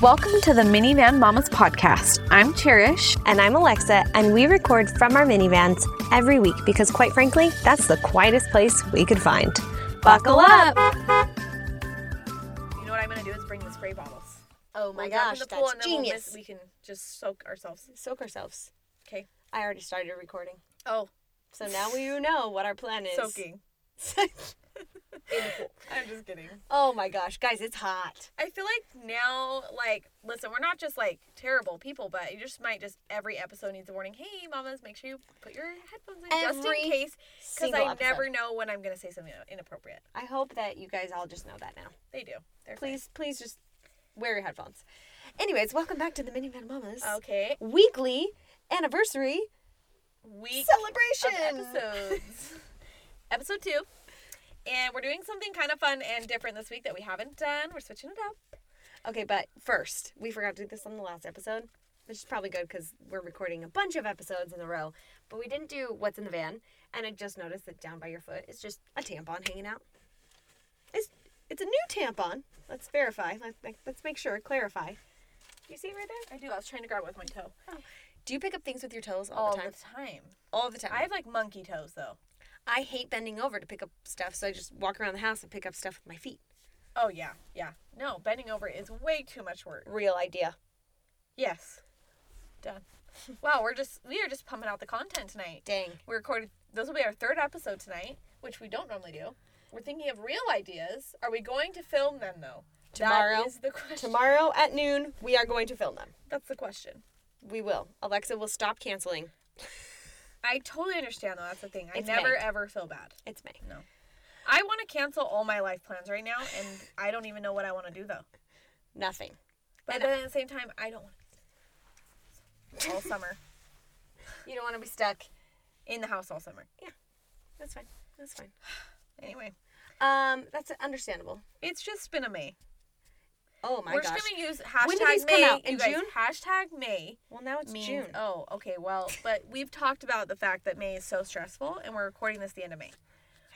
Welcome to the Minivan Mamas podcast. I'm Cherish. And I'm Alexa, and we record from our minivans every week because, quite frankly, that's the quietest place we could find. Buckle up! You know what I'm gonna do is bring the spray bottles. Oh my We'll jump gosh, in the pool that's and then we'll genius. miss- we can just soak ourselves. Soak ourselves. Okay. I already started recording. Oh, So now we know what our plan is. soaking. I'm just kidding. oh my gosh, guys, it's hot. I feel like now, like, listen, we're not just like terrible people, but you just might just every episode needs a warning. Hey, mamas, make sure you put your headphones in just Every in case, because single I episode. never know when I'm gonna say something inappropriate. I hope that you guys all just know that now. They do. They're fine. Please, please just wear your headphones. Anyways, welcome back to the Minivan Mamas. Okay. Weekly anniversary Week celebration. of episodes. Episode two. And we're doing something kind of fun and different this week that we haven't done. We're switching it up. Okay, but first, we forgot to do this on the last episode, which is probably good because we're recording a bunch of episodes in a row. But we didn't do what's in the van, and I just noticed that down by your foot is just a tampon hanging out. It's it's a new tampon. Let's verify. Let's, let's make sure. Clarify. You see it right there? I do. I was trying to grab it with my toe. Do you pick up things with your toes all, the Oh. all time? all the time. I have like monkey toes though. I hate bending over to pick up stuff, so I just walk around the house and pick up stuff with my feet. Oh yeah, yeah. No, bending over is way too much work. Real idea. Yes. Done. wow, we're just we are just pumping out the content tonight. Dang. We recorded those will be our third episode tonight, which we don't normally do. We're thinking of real ideas. Are we going to film them though? Tomorrow. That is the question. Tomorrow at noon, we are going to film them. That's the question. We will. Alexa will stop canceling. I totally understand though. That's the thing. I It's never May. ever feel bad. It's May. I want to cancel all my life plans right now, and I don't even know what I want to do though. Nothing. But And- then at the same time, I don't want to. All summer. You don't want to be stuck. in the house all summer. That's fine. That's fine. Anyway, Um, that's understandable. it's just been a May. Oh my We're gosh. just gonna use hashtag When do these come May. out? you In guys. June? Hashtag May Well, now it's means June. oh okay well but we've talked about the fact that May is so stressful and we're recording this the end of May.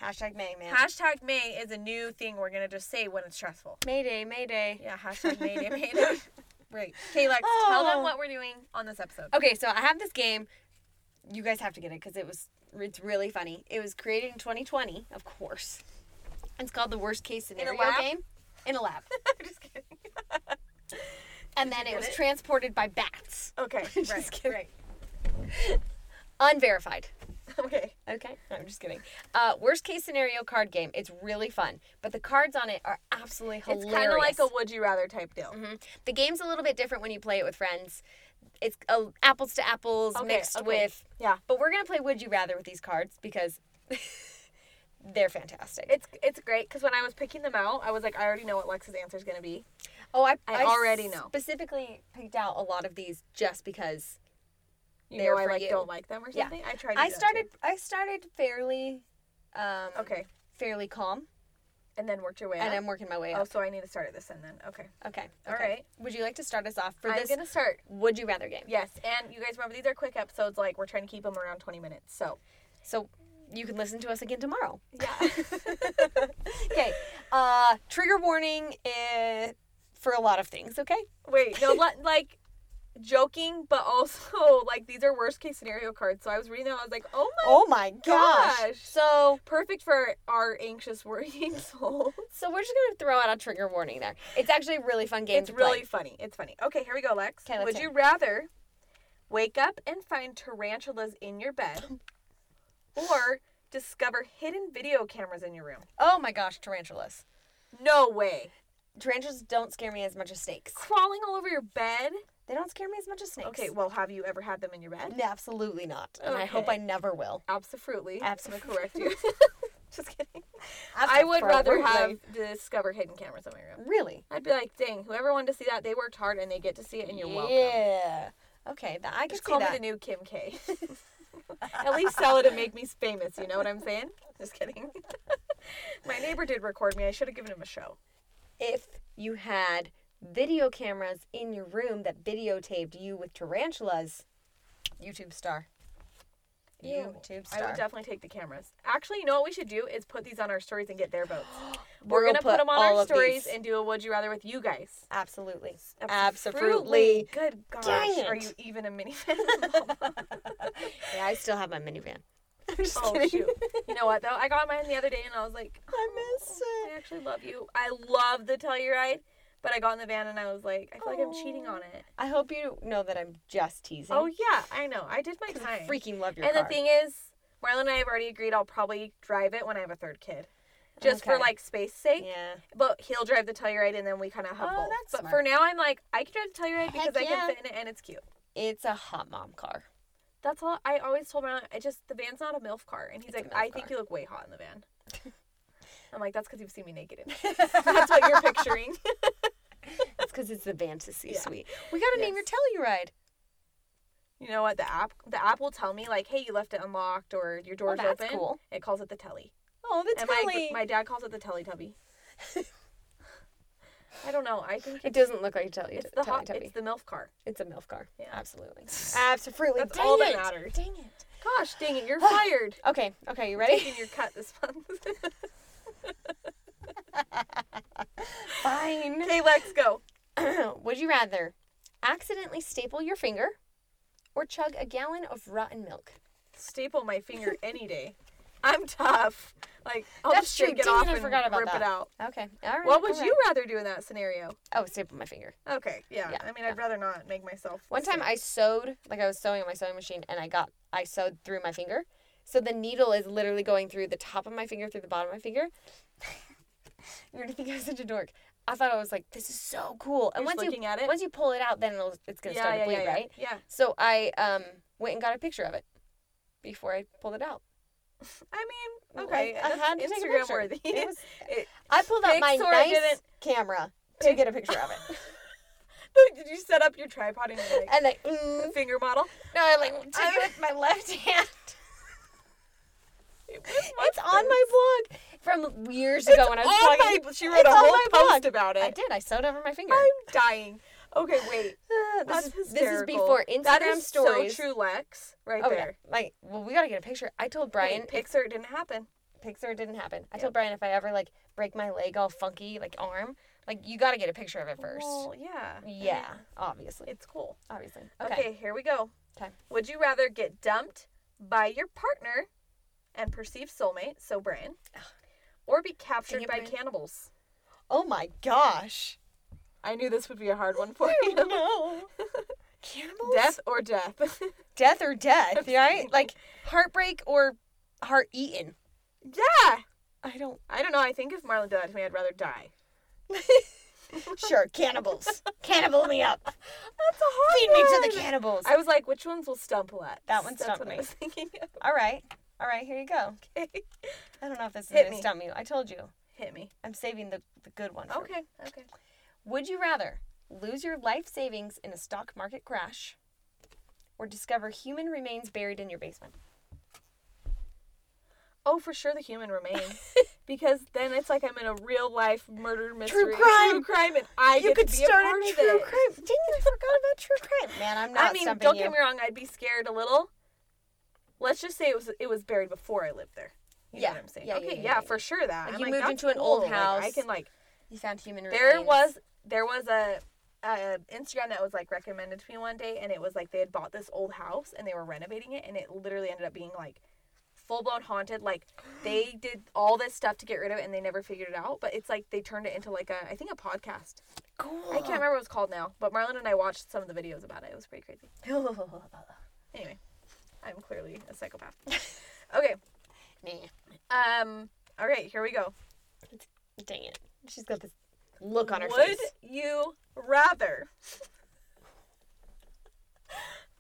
Hashtag May, man. Hashtag May is a new thing we're gonna just say when it's stressful. Mayday, Mayday. Yeah. Hashtag May Day. May Day. Right. Okay, Lex. Tell Oh. them what we're doing on this episode. Okay, so I have this game. You guys have to get it because it was it's really funny. It was created in 2020, of course. It's called the worst case scenario lab? game. In a lab. just kidding. and then it was transported by bats. Okay. Just right. kidding. Right. Unverified. Okay. Okay, no, I'm just kidding. Uh, worst case scenario card game. It's really fun, but the cards on it are absolutely hilarious. It's kind of like a would you rather type deal. the game's a little bit different when you play it with friends. It's uh, apples to apples Okay, mixed okay. with. Yeah. But we're gonna play Would You Rather with these cards because they're fantastic. It's it's great because when I was picking them out, I was like, I already know what Lex's answer is gonna be. oh, I, I already know. Specifically picked out a lot of these just because you there know I for like you. don't like them or Yeah. something. I tried. To I do that, started. I started fairly. Um, too. Okay, Fairly calm, and then worked your way and up. I'm working my way oh, up. so I need to start at this end then. Okay, Okay. Oh. All okay. right. Would you like to start us off for I'm this? gonna start. Would you rather game? Yes, and you guys remember these are quick episodes. Like we're trying to keep them around 20 minutes. So So you can listen to us again tomorrow. yeah, Okay. Uh, trigger warning eh, for a lot of things. Okay. wait, no, li- like joking, but also like these are worst case scenario cards. So I was reading them. I was like, oh my, Oh my gosh. gosh. So perfect for our anxious, worrying souls. so we're just gonna throw out a trigger warning there. It's actually a really fun game. It's to really Play. funny. It's funny. Okay, here we go, Lex. 'Kay, let's Would hear you rather wake up and find tarantulas in your bed or discover hidden video cameras in your room? Oh my gosh, tarantulas. No way. Tarantulas don't scare me as much as snakes. Crawling all over your bed? They don't scare me as much as snakes. Okay, well, have you ever had them in your bed? No, absolutely not. And I Okay. hope I never will. Absolutely. Absolutely. I'm going to correct you. Just kidding. I would rather have discover hidden cameras in my room. Really. I'd be like, dang, whoever wanted to see that, they worked hard and they get to see it and you're welcome. Yeah. Okay. That, I can Just see call that. me the new Kim K. At least sell it and make me famous. You know what I'm saying? Just kidding. My neighbor did record me. I should have given him a show. if you had video cameras in your room that videotaped you with tarantulas, YouTube star. YouTube I star. would definitely take the cameras. Actually, you know what we should do is put these on our stories and get their votes. We're We'll gonna put, put them on all our of stories these. and do a would you rather with you guys. Absolutely. Absolutely. Absolutely. Good gosh, Dang are it. you even a Oh, minivan? Yeah, I still have my minivan. I'm just oh kidding. shoot! You know what though? I got mine the other day and I was like, I miss "Oh, it." I actually love you. I love the Telluride, but I got in the van and I was like, I feel like I'm cheating on it. I hope you know that I'm just teasing. Oh yeah, I know. I did my 'Cause time. I freaking love your and car. the thing is, Marlon and I have already agreed I'll probably drive it when I have a third kid, just for Okay. like space sake. yeah. But he'll drive the Telluride, and then we kind of have Oh, both. that's but smart. for now, I'm like, I can drive the Telluride Heck because I yeah. can fit in it, and it's cute. It's a hot mom car. That's all. I always told my mom, I just the van's not a milf car, and he's It's a like, MILF I car. think you look way hot in the van. I'm like, that's because you've seen me naked. In it. that's what you're picturing. It's because it's the fantasy Yeah. suite. We gotta name your Telluride. You know what? The app, the app will tell me like, hey, you left it unlocked or your door's Oh, that's open. cool. It calls it the telly. Oh, the And my, my dad calls it the Teletubby. I don't know. I think it doesn't look like a Telly. it's It's the hot, Teletubby. it's the MILF car. It's a milf car. Yeah. Absolutely. Absolutely. That's Dang all that it. matters. Dang it. Gosh dang it, you're fired. Okay. Okay. You ready? Taking your cut this month. Fine. okay, let's go. Would you rather accidentally staple your finger or chug a gallon of rotten milk? Staple my finger any day. I'm tough. Like I'll That's just true. shake it Dang off it, I and forgot about rip that. it out. Okay. All right. What would all you right. rather do in that scenario? Oh, staple my finger. Okay, yeah. Yeah, I mean, I'd rather not make myself. One time I sewed, like I was sewing on my sewing machine, and I got, I sewed through my finger. So the needle is literally going through the top of my finger, through the bottom of my finger. You're gonna think I'm such a dork. I thought I was like, this is so cool. And You're just once you looking at it? once you pull it out, then it'll, it's gonna start to bleed, yeah, right? Yeah. So I um went and got a picture of it before I pulled it out. I mean, Well, okay. I, I that's had to take a Instagram picture. worthy. It was, It- I pulled out my Pics or I nice didn't- camera to Pic- get a picture of it, Did you set up your tripod and you're like and like, the mm, finger model? no, I like took I- it with my left hand. It was It's on my blog from years It's ago when I was on talking. my- she wrote it's a on whole my post blog. about I it. did. I sewed over my finger. I'm dying. Okay, wait. Uh, That's this, is, this is hysterical. before Instagram That is stories. So true, Lex. Right Oh yeah, there. like well, we gotta get a picture. I told Brian Brian Pixar didn't happen. Pixar didn't happen. I told Brian if I ever like break my leg all funky, like arm, like you gotta get a picture of it first. Well, yeah. I mean, yeah, obviously, It's cool. obviously. Okay. Okay. here we go. Okay. Would you rather get dumped by your partner and perceived soulmate, so Brian, or be captured it, by Brian. cannibals? Oh my gosh. I knew this would be a hard one for you. no. Cannibals. Death or death? death or death, right? Like heartbreak or heart eaten. yeah. I don't. I don't know. I think if Marlon did that to me, I'd rather die. Sure, cannibals. Cannibal me up. That's a hard Feed me to the one. cannibals. I was like, which ones will stump Lex? That one That's stumped what I me. was thinking of. All right. All right, here you go. Okay. I don't know if this is Hit going to me. stump you. I told you. Hit me. I'm saving the, the good one. for- Okay. Okay. Would you rather lose your life savings in a stock market crash or discover human remains buried in your basement? Oh, for sure, the human remains. because then it's like I'm in a real life murder mystery, crime. true crime, and I You get could to be start a, part a of true it. crime. Dang it, I forgot about true crime. Man, I'm not I mean, stumping don't you. get me wrong, I'd be scared a little. Let's just say it was it was buried before I lived there. You Yeah. know what I'm saying? Yeah, yeah, okay, yeah, yeah, yeah, for sure that. Like, I'm you like, moved that's into an old cool. Like, I house. can like you found human remains. there was there was a, a Instagram that was like recommended to me one day, and it was like they had bought this old house and they were renovating it, and it literally ended up being like full blown haunted. Like they did all this stuff to get rid of it, and they never figured it out. But it's like they turned it into like a I think a podcast. I cool. can't remember what it's called now, but Marlon and I watched some of the videos about it. It was pretty crazy. Anyway, I'm clearly a psychopath. okay. nah. Um. All right. Here we go. Dang it. She's got this look on her Would face. you rather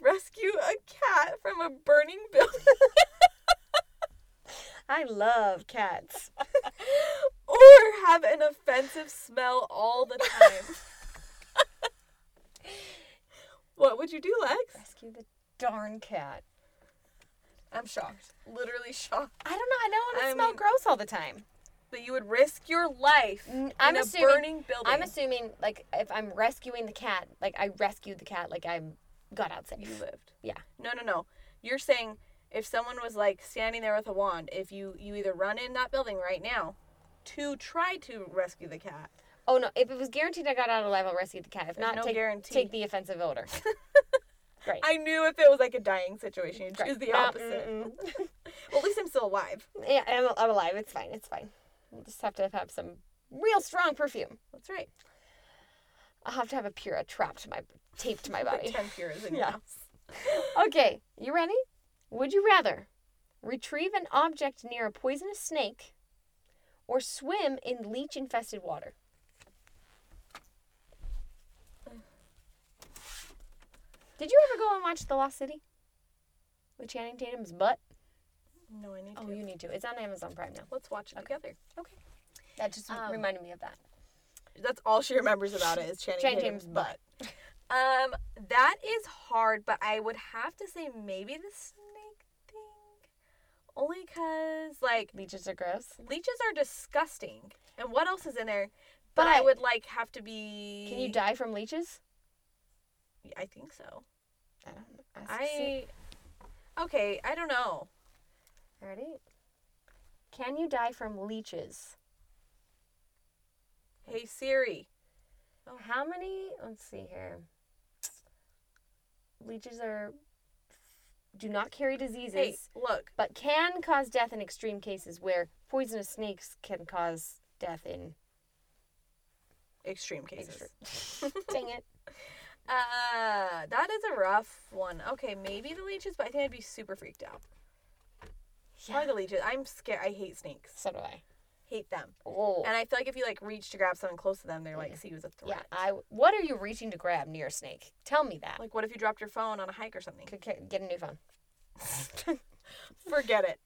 rescue a cat from a burning building I love cats. or have an offensive smell all the time? what would you do, Lex? Rescue the darn cat. I'm shocked. Literally shocked. I don't know. I don't want to I smell mean- gross all the time. That you would risk your life N- in I'm a assuming- burning building. I'm assuming, like, if I'm rescuing the cat, like I rescued the cat, like I got out you safe. lived. Yeah. No, no, no. You're saying if someone was like standing there with a wand, if you you either run in that building right now to try to rescue the cat. Oh no! If it was guaranteed I got out alive, I'll rescue the cat. If not, no take, guarantee. take the offensive order. Great. I knew if it was like a dying situation, you'd choose the Uh, opposite. well, at least I'm still alive. yeah, I'm, I'm alive. It's fine. It's fine. We'll just have to have some real strong perfume. That's right. I'll have to have a Pura trapped to my taped to my body. Ten pures in your Yeah. house. okay, you ready? Would you rather retrieve an object near a poisonous snake or swim in leech infested water? Did you ever go and watch The Lost City? With Channing Tatum's butt? No, I need Oh, to. you need to. It's on Amazon Prime now. Let's watch it together. Okay. That just Um, reminded me of that. That's all she remembers about it is Channing, Channing Tatum's Tatum's butt. um, that is hard, but I would have to say maybe the snake thing, only because like Leeches are gross. leeches are disgusting, and what else is in there? But, I But- would like have to be. Can you die from leeches? I think so. I don't I. Okay, I don't know. Ready? Can you die from leeches? Hey Siri. Oh. How many? Let's see here. Leeches are do not carry diseases, Hey, look. but can cause death in extreme cases where poisonous snakes can cause death in. Extreme cases. Dang it! Uh, that is a rough one. Okay, maybe the leeches, but I think I'd be super freaked out. Probably the leeches. I'm scared. I hate snakes. So do I. Hate them. Oh. And I feel like if you like reach to grab someone close to them, they're like, see you as a Yeah. threat. I. What are you reaching to grab near a snake? Tell me that. Like, what if you dropped your phone on a hike or something? Could ca- Get a new phone. Forget it.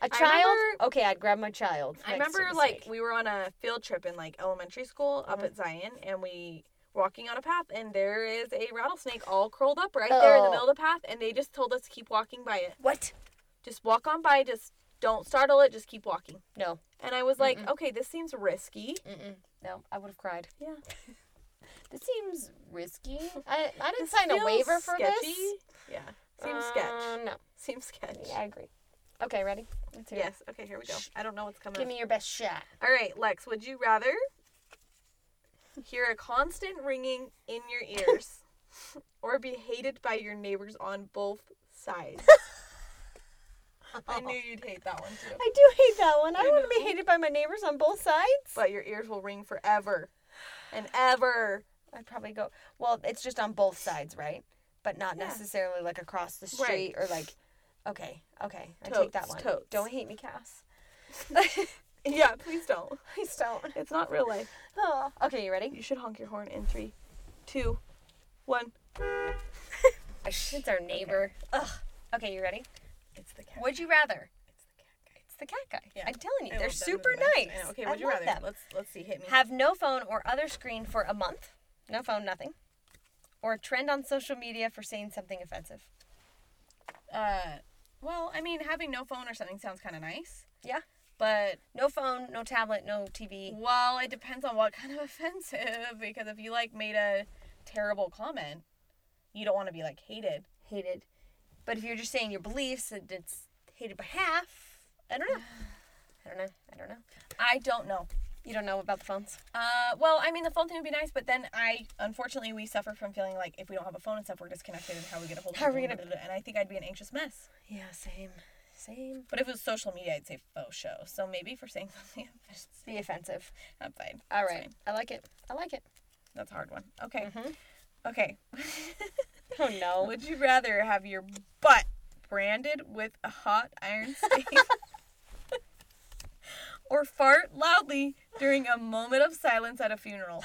A I child. remember- okay, I'd grab my child. I next to remember the like snake. we were on a field trip in like elementary school up at Zion, and we walking on a path, and there is a rattlesnake all curled up right there in the Oh. middle of the path, and they just told us to keep walking by it. What? Just walk on by. Just don't startle it. Just keep walking. No. And I was like, okay, this seems risky. Mm-mm. No. I would have cried. Yeah. This seems risky. I, I didn't sign a waiver for this. Yeah. Seems sketch. Uh, no. Seems sketch. Yeah, I agree. Okay, ready? Let's hear it. Yes. Okay, here we go. I don't know what's coming. Give up. me your best shot. All right, Lex, would you rather hear a constant ringing in your ears or be hated by your neighbors on both sides? I knew you'd hate that one too. I do hate that one. I don't want to be hated by my neighbors on both sides. But your ears will ring forever and ever. I'd probably go, well, it's just on both sides, right? But not necessarily like across the street or like, okay, okay. I take that Totes, one. totes. Don't hate me, Cass. Yeah, please don't. Please don't. It's not real life. Oh. Okay, you ready? You should honk your horn in three, two, one. It's our neighbor. Ugh. Okay, you ready? It's the cat. Would you rather? It's the cat guy. Yeah. I'm telling you, I they're love them super the best. I nice. know. Okay, I would you love rather? them. Let's let's see. Hit me. have no phone or other screen for a month. No phone, nothing. Or trend on social media for saying something offensive. Uh, well, I mean, having no phone or something sounds kind of nice, Yeah. but No phone, no tablet, no TV. well, it depends on what kind of offensive. Because if you like made a terrible comment, you don't want to be like hated. Hated. But if you're just saying your beliefs and it's hated by half, I don't know. I don't know. I don't know. I don't know. You don't know about the phones. Uh, well, I mean, the phone thing would be nice, but then I, unfortunately, we suffer from feeling like if we don't have a phone and stuff, we're disconnected and how we get a hold of How are we people, gonna- blah, blah, blah, And I think I'd be an anxious mess. Yeah, same. Same. But if it was social media, I'd say faux show. So maybe for saying something, Be offensive. I'm fine. All It's right. Mm-hmm. fine. I like it. I like it. That's a hard one. Okay. Okay. Oh no. Would you rather have your butt branded with a hot iron stake or fart loudly during a moment of silence at a funeral?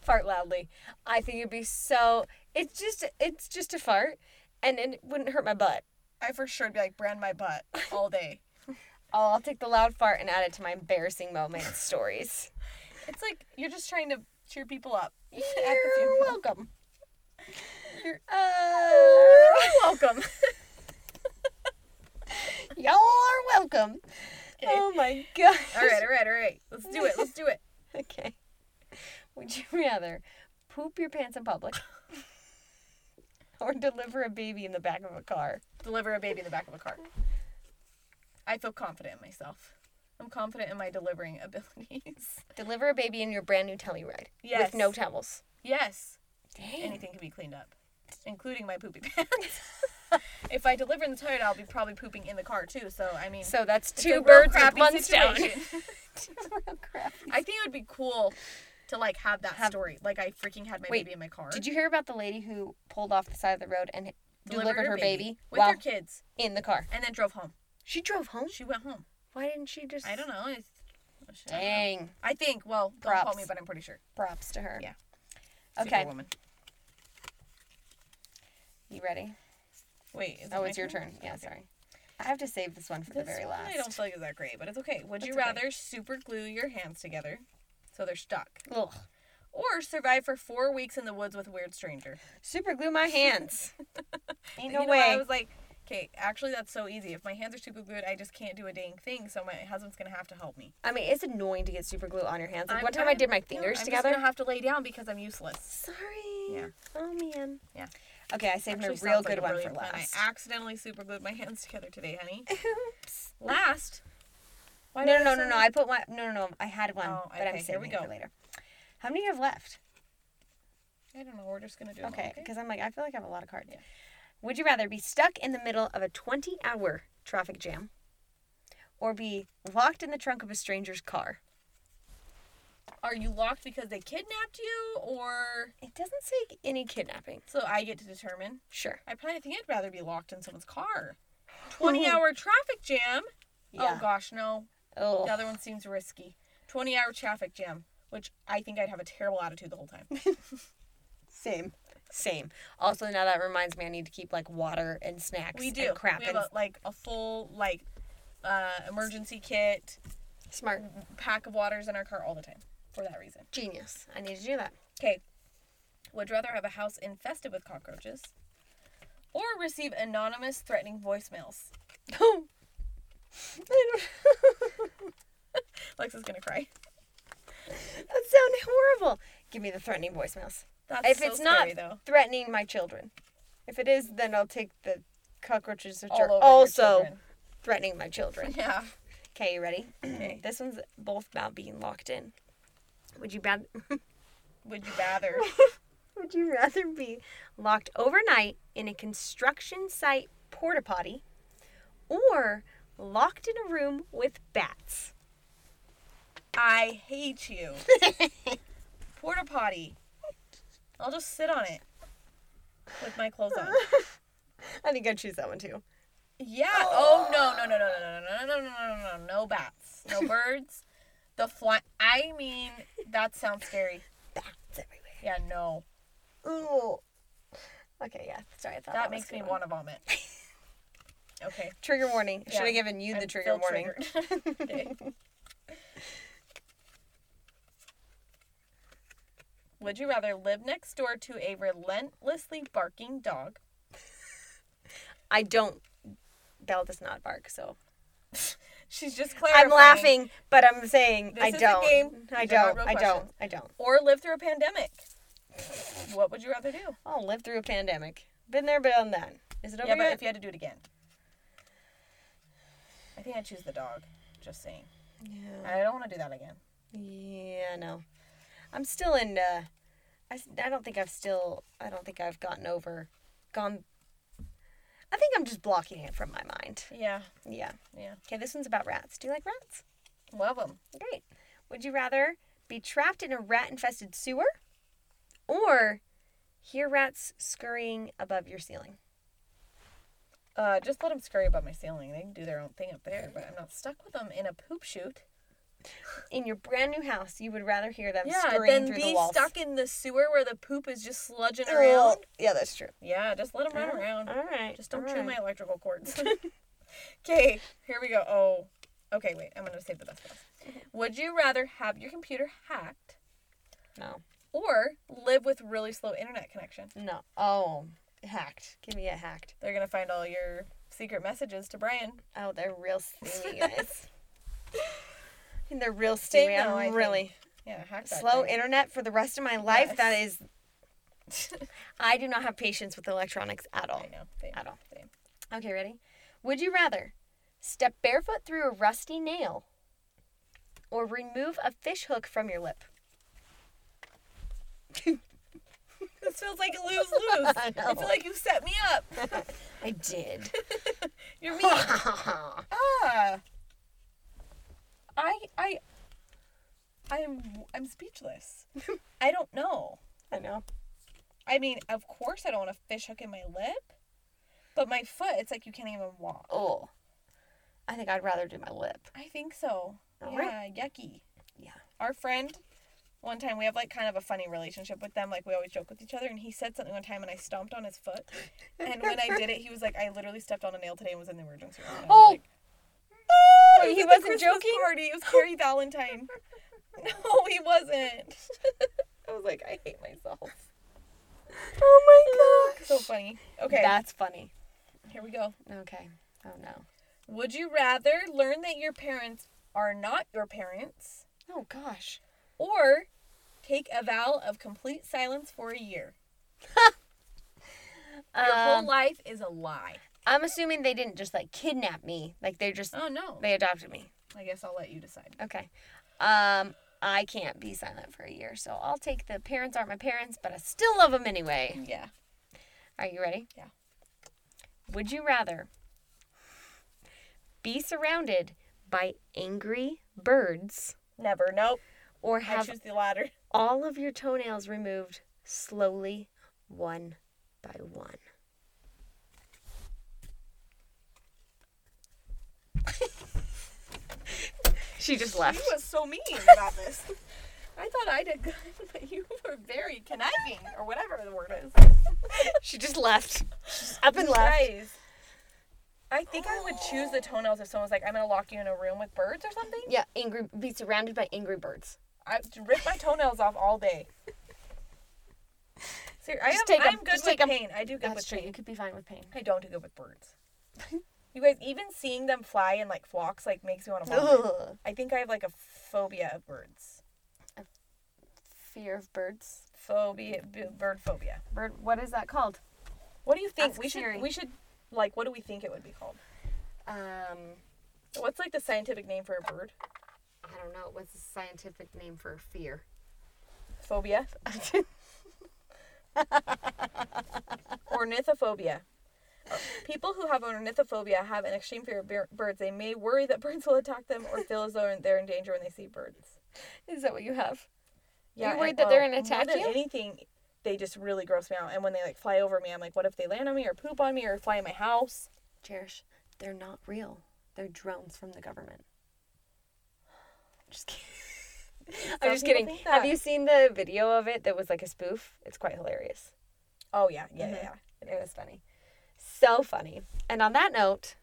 fart loudly. I think it'd be so. It's just it's just a fart, and, and it wouldn't hurt my butt. I for sure would be like, brand my butt all day. Oh, I'll take the loud fart and add it to my embarrassing moment stories. It's like you're just trying to cheer people up at the You're funeral. welcome. You're- Uh, welcome. y'all are welcome. Oh my gosh. all right, all right, all right. Let's do it. Let's do it. Okay. Would you rather poop your pants in public or deliver a baby in the back of a car. Deliver a baby in the back of a car. I feel confident in myself. I'm confident in my delivering abilities. Deliver a baby in your brand new Telluride. Yes. With no towels. Yes, Dang. anything can be cleaned up, including my poopy pants. if I deliver in the toilet, I'll be probably pooping in the car too. So I mean, So that's it's a two real birds with crappy one stone. situation. I think it would be cool to like have that story. Like I freaking had my Wait, baby in my car. Did you hear about the lady who pulled off the side of the road and delivered, her baby, with while her kids in the car? and then drove home. She drove home. She went home. Why didn't she just? I don't know. It's, I don't know. Dang. I think. Well, don't call Props. me, but I'm pretty sure. Props to her. Yeah. Okay. Superwoman. You ready? Wait. Is Oh, that it's my your turn. Yeah, Okay. sorry. I have to save this one for This the very one I don't last. feel like is that great, but it's okay. Would you That's okay. rather super glue your hands together so they're stuck, Ugh. or survive for four weeks in the woods with a weird stranger? Super glue my hands. Ain't You no know what? way. I was like, okay, actually, that's so easy. If my hands are super glued, I just can't do a dang thing. So my husband's gonna have to help me. I mean, it's annoying to get super glue on your hands. Like I'm one time I done. did my No, fingers I'm together. just gonna have to lay down because I'm useless. Sorry. Yeah. Oh man. Yeah. Okay, I saved Actually, a real sounds like good a one for brilliant plan. last. I accidentally super glued my hands together today, honey. Last. Why no, did no, no, no, say- no. I put one. No, no, no. I had one, Oh, but I'm okay, saving here we it for go. later. How many do you have left? I don't know. We're just gonna do. them all, Okay, because I'm like, I feel like I have a lot of cards. Oh, Yeah. Would you rather be stuck in the middle of a 20 hour traffic jam or be locked in the trunk of a stranger's car? Are you locked because they kidnapped you, or It doesn't say any kidnapping. so I get to determine? Sure. I probably think I'd rather be locked in someone's car. Twenty hour traffic jam. Yeah. Oh gosh, no. Oh, The other one seems risky. Twenty hour traffic jam, which I think I'd have a terrible attitude the whole time. same. Same. Also, now that reminds me, I need to keep like water and snacks We do. and crap We have and a, like a full like uh, emergency kit, smart Mm-hmm. pack of waters in our car all the time for that reason. genius. I need to do that. Okay. Would rather have a house infested with cockroaches or receive anonymous threatening voicemails. Lexa's gonna cry. that sounded horrible. Give me the threatening voicemails. That's If so it's not scary, though. threatening my children, if it is, then I'll take the cockroaches, which All are over your also children. threatening my children. Yeah. Okay, you ready? Okay. This one's both about being locked in. Would you bad? Would you rather? Would you rather be locked overnight in a construction site porta potty, or locked in a room with bats? I hate you. Porta potty. I'll just sit on it with my clothes on. I think I'd choose that one too. Yeah. Oh no no no no no no no no no no no no no bats no birds. The fly. I mean that sounds scary. Bats everywhere. Yeah no. Ooh. Okay, yeah. Sorry, I thought That was makes a good me one. want to vomit. Okay. Trigger warning. Should Yeah. have given you the I'm trigger still warning. triggered. Okay. Would you rather live next door to a relentlessly barking dog? I don't. Belle does not bark, so She's just I'm clarifying. laughing, but I'm saying This I is a don't. game. I These are not don't. real I don't. questions. I don't. Or live through a pandemic. What would you rather do? I'll live through a pandemic. Been there, but on that. Is it over Yeah, but yet? if you had to do it again, I think I'd choose the dog. Just saying. Yeah. I don't want to do that again. Yeah. No. I'm still in. Uh, I. s- I don't think I've still. I don't think I've gotten over. Gone. I think I'm just blocking it from my mind. Yeah, Yeah. yeah. Okay. This one's about rats. Do you like rats? Love them. Great. Would you rather be trapped in a rat infested sewer or hear rats scurrying above your ceiling? Uh, just let them scurry above my ceiling. They can do their own thing up there, but I'm not stuck with them in a poop chute. In your brand new house, you would rather hear them Yeah, scurrying then through be the walls. stuck in the sewer where the poop is just sludging Ugh. around. Yeah, that's true. Yeah, just let them run around. All right. Just don't all chew right. my electrical cords. okay, here we go. Oh, okay, wait. I'm going to save the best for last. Would you rather have your computer hacked No. or live with really slow internet connection? No. Oh, hacked. Give me a hacked. They're going to find all your secret messages to Brian. Oh, they're real steamy, guys. And they're real steamy. though, I I'm think. really Yeah, hack that. slow thing. internet for the rest of my life. That is I do not have patience with electronics at all. I know. Same. At all. Same. Okay, ready? Would you rather step barefoot through a rusty nail or remove a fish hook from your lip? This feels like a lose lose. I I, know. feel like you set me up. I did. You're mean. ah. I I I'm I'm speechless. I don't know. I know. I mean, of course I don't want a fish hook in my lip. But my foot, it's like you can't even walk. Oh. I think I'd rather do my lip. I think so. All yeah, right. yucky. Yeah. Our friend, one time we have like kind of a funny relationship with them. Like we always joke with each other. And he said something one time, and I stomped on his foot. And when I did it, he was like, "I literally stepped on a nail today and was in the emergency room." And I was Oh. like, "Oh, it He at the wasn't Christmas joking? Party. It was Carrie Valentine. No, he wasn't. I was like, I hate myself. Oh So funny. Okay, That's funny. here we go. Okay. Oh no. Would you rather learn that your parents are not your parents, Oh gosh. or take a vow of complete silence for a year? Your whole Um, life is a lie. I'm assuming they didn't just like kidnap me. Like they just Oh no. they adopted me. I guess I'll let you decide. Okay. Um, I can't be silent for a year, so I'll take the parents aren't my parents, but I still love them anyway. Yeah. Are you ready? Yeah. Would you rather be surrounded by angry birds Never. Nope. or I have choose the latter. all of your toenails removed slowly, one by one? she just left. You was so mean about this. I thought I did good, but you were very conniving, or whatever the word is. She just left. She just up and left. Guys, I think I would choose the toenails if someone was like, "I'm gonna lock you in a room with birds or something." Yeah, angry. Be surrounded by angry birds. I would rip my toenails off all day. Ser- I am, Just take 'em, I'm good just with take 'em. pain. I do good with pain. You could be fine with pain. I don't do good with birds. you guys, even seeing them fly in like flocks like makes me want to vomit. Ugh. I think I have like a phobia of birds. Fear of birds. Phobia, b- bird phobia. Bird. What is that called? What do you think? Ask we should Siri. we should like what do we think it would be called? Um, What's like the scientific name for a bird? I don't know. What's the scientific name for fear? Phobia? ornithophobia. Uh, People who have ornithophobia have an extreme fear of bir- birds. They may worry that birds will attack them or feel as though they're in danger when they see birds. Is that what you have? You're and- worried that they're gonna more attack than you? Anything, they just really gross me out. And when they like fly over me, I'm like, what if they land on me or poop on me or fly in my house? Cherish. They're not real. They're drones from the government. Just kidding. I'm Some just people kidding. think Have that. you seen the video of it that was like a spoof? It's quite hilarious. Oh yeah, yeah, Mm-hmm. yeah, yeah. It was funny. So funny. And on that note,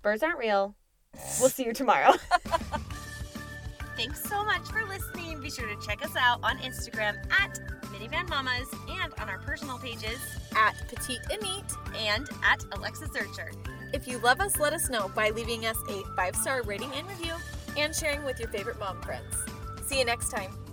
birds aren't real. We'll see you tomorrow. Thanks so much for listening. Be sure to check us out on Instagram at Minivan Mamas and on our personal pages at Petite and Neat. and at Alexa Searcher. If you love us, let us know by leaving us a five star rating and review and sharing with your favorite mom friends. See you next time.